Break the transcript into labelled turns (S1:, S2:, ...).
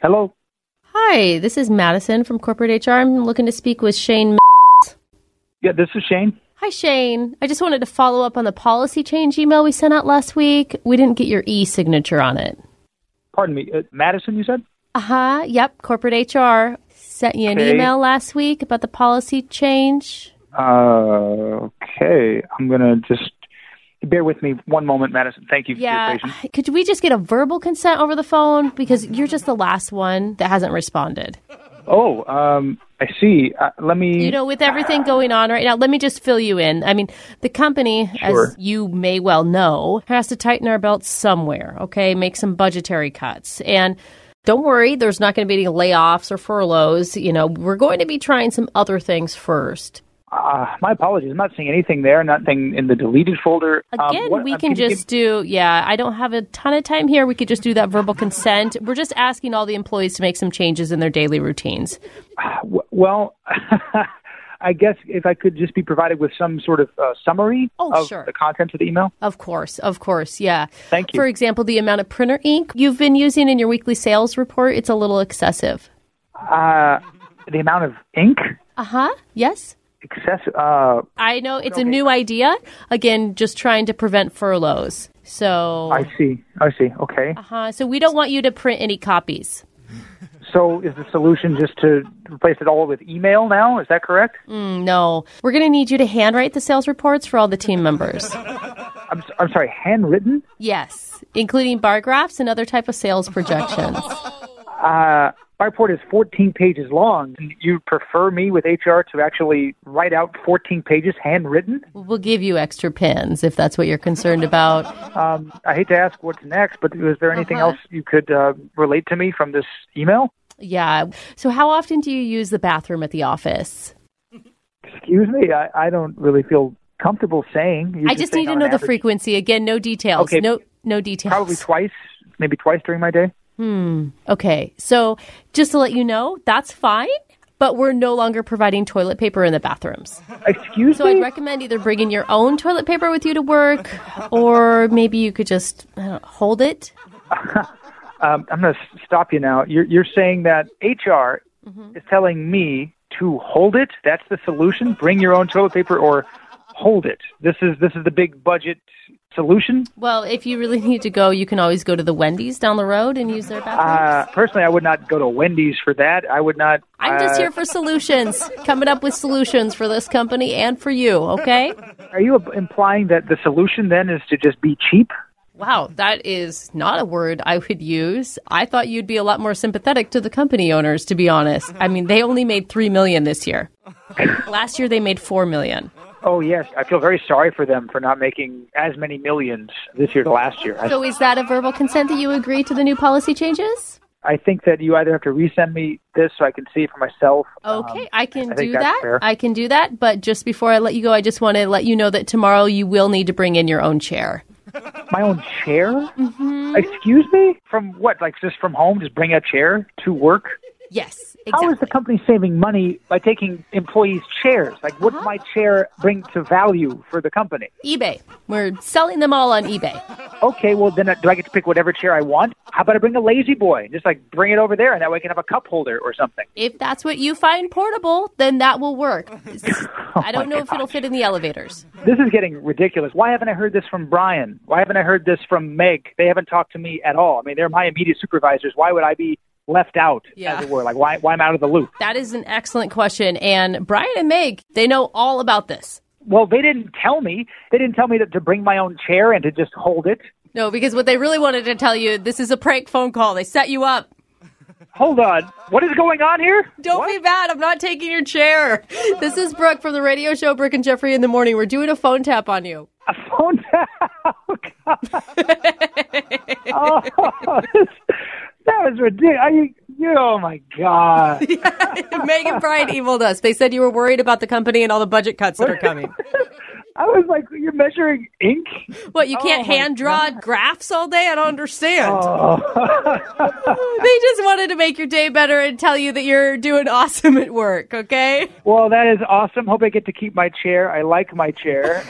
S1: Hello.
S2: Hi, this is Madison from Corporate HR. I'm looking to speak with Shane.
S1: Yeah, this is Shane.
S2: Hi, Shane. I just wanted to follow up on the policy change email we sent out last week. We didn't get your e signature on it.
S1: Pardon me, uh, Madison. You said.
S2: Uh huh. Yep. Corporate HR sent you an
S1: Okay.
S2: email last week about the policy change.
S1: Uh, okay, I'm gonna just bear with me one moment, Madison. Thank you for
S2: Yeah.
S1: your patience.
S2: Could we just get a verbal consent over the phone? Because you're just the last one that hasn't responded.
S1: Oh, um, I see. Uh, let me.
S2: You know, with everything going on right now, let me just fill you in. I mean, the company,
S1: Sure.
S2: as you may well know, has to tighten our belts somewhere, okay? Make some budgetary cuts. And don't worry, there's not going to be any layoffs or furloughs. You know, we're going to be trying some other things first.
S1: uh, my apologies. I'm not seeing anything there. Nothing in the deleted folder. Um,
S2: Again,
S1: what-
S2: we
S1: um,
S2: can
S1: you give-
S2: just do, yeah, I don't have a ton of time here. We could just do that verbal consent. We're just asking all the employees to make some changes in their daily routines.
S1: w- well, I guess if I could just be provided with some sort of uh, summary
S2: Oh,
S1: of
S2: sure.
S1: the contents of the email.
S2: Of course, of course, yeah.
S1: Thank you.
S2: For example, the amount of printer ink you've been using in your weekly sales report, it's a little excessive.
S1: Uh, the amount of ink
S2: Uh huh. Yes.
S1: excess. Uh,
S2: I know it's a new idea. Again, just trying to prevent furloughs. So,
S1: I see. I see. Okay.
S2: uh, so we don't want you to print any copies.
S1: So is the solution just to replace it all with email now? Is that correct?
S2: Mm. No, we're going to need you to handwrite the sales reports for all the team members.
S1: I'm, s- I'm sorry, handwritten?
S2: Yes, including bar graphs and other type of sales projections.
S1: Uh, my report is 14 pages long. and You prefer me with HR to actually write out 14 pages handwritten?
S2: We'll give you extra pins if that's what you're concerned about.
S1: Um, I hate to ask what's next, but is there anything
S2: Uh-huh.
S1: else you could uh, relate to me from this email?
S2: Yeah. So, how often do you use the bathroom at the office?
S1: Excuse me, I, I don't really feel comfortable saying. You
S2: I
S1: should
S2: just
S1: say
S2: need to
S1: on
S2: know the
S1: average
S2: frequency. Again, no details.
S1: Okay.
S2: No no details.
S1: Probably twice, maybe twice during my day.
S2: Okay. So just to let you know, that's fine, but we're no longer providing toilet paper in the bathrooms.
S1: Excuse
S2: So I'd
S1: me?
S2: recommend either bringing your own toilet paper with you to work or maybe you could just I don't know, hold it.
S1: um, I'm going to stop you now. You're, you're saying that HR is telling me to hold it. That's the solution. Bring your own toilet paper or hold it. This is this is the big budget solution.
S2: Well, if you really need to go, you can always go to the Wendy's down the road and use their bathroom.
S1: Uh, personally, I would not go to Wendy's for that. I would not.
S2: I'm just
S1: uh,
S2: here for solutions, coming up with solutions for this company and for you, okay?
S1: Are you implying that the solution then is to just be cheap?
S2: Wow, that is not a word I would use. I thought you'd be a lot more sympathetic to the company owners, to be honest. I mean, they only made three million this year. Last year they made four million.
S1: Oh yes, I feel very sorry for them for not making as many millions this year to last year. I,
S2: So is that a verbal consent that you agree to the new policy changes?
S1: I think that you either have to resend me this so I can see it for myself. um,
S2: Okay, I can
S1: I think
S2: do
S1: that's
S2: that.
S1: fair.
S2: I can do that. But just before I let you go, I just want to let you know that tomorrow you will need to bring in your own chair.
S1: My own chair? Excuse me? From what? Like just from home? Just bring a chair to work?
S2: Yes,
S1: How is the
S2: exactly.
S1: company saving money by taking employees' chairs? Like, what my chair bring to value for the company?
S2: eBay. We're selling them all on eBay.
S1: Okay, well then, uh, do I get to pick whatever chair I want? How about I bring a lazy boy? Just like bring it over there, and that way I can have a cup holder or something.
S2: If that's what you find portable, then that will work.
S1: Oh
S2: I don't know if it'll fit in the elevators.
S1: This is getting ridiculous. Why haven't I heard this from Brian? Why haven't I heard this from Meg? They haven't talked to me at all. I mean, they're my immediate supervisors. Why would I be left out,
S2: Yeah.
S1: as it were? Like, why? Why am I out of the loop?
S2: That is an excellent question. And Brian and Meg, they know all about this.
S1: Well, they didn't tell me. They didn't tell me to, to bring my own chair and to just hold it.
S2: No, because what they really wanted to tell you, this is a prank phone call. They set you up.
S1: Hold on. What is going on here?
S2: Don't be mad. I'm not taking your chair. This is Brooke from the radio show Brooke and Jeffrey in the Morning. We're doing a phone tap on you.
S1: A phone tap. Oh, God. oh, this- that was ridiculous. Are you, you, oh, my God.
S2: Meg and Brian emailed us. They said you were worried about the company and all the budget cuts that are coming.
S1: I was like, you're measuring ink?
S2: What, you can't
S1: Oh, my
S2: hand draw graphs all day? I don't understand.
S1: Oh.
S2: They just wanted to make your day better and tell you that you're doing awesome at work, okay?
S1: well, that is awesome. Hope I get to keep my chair. I like my chair.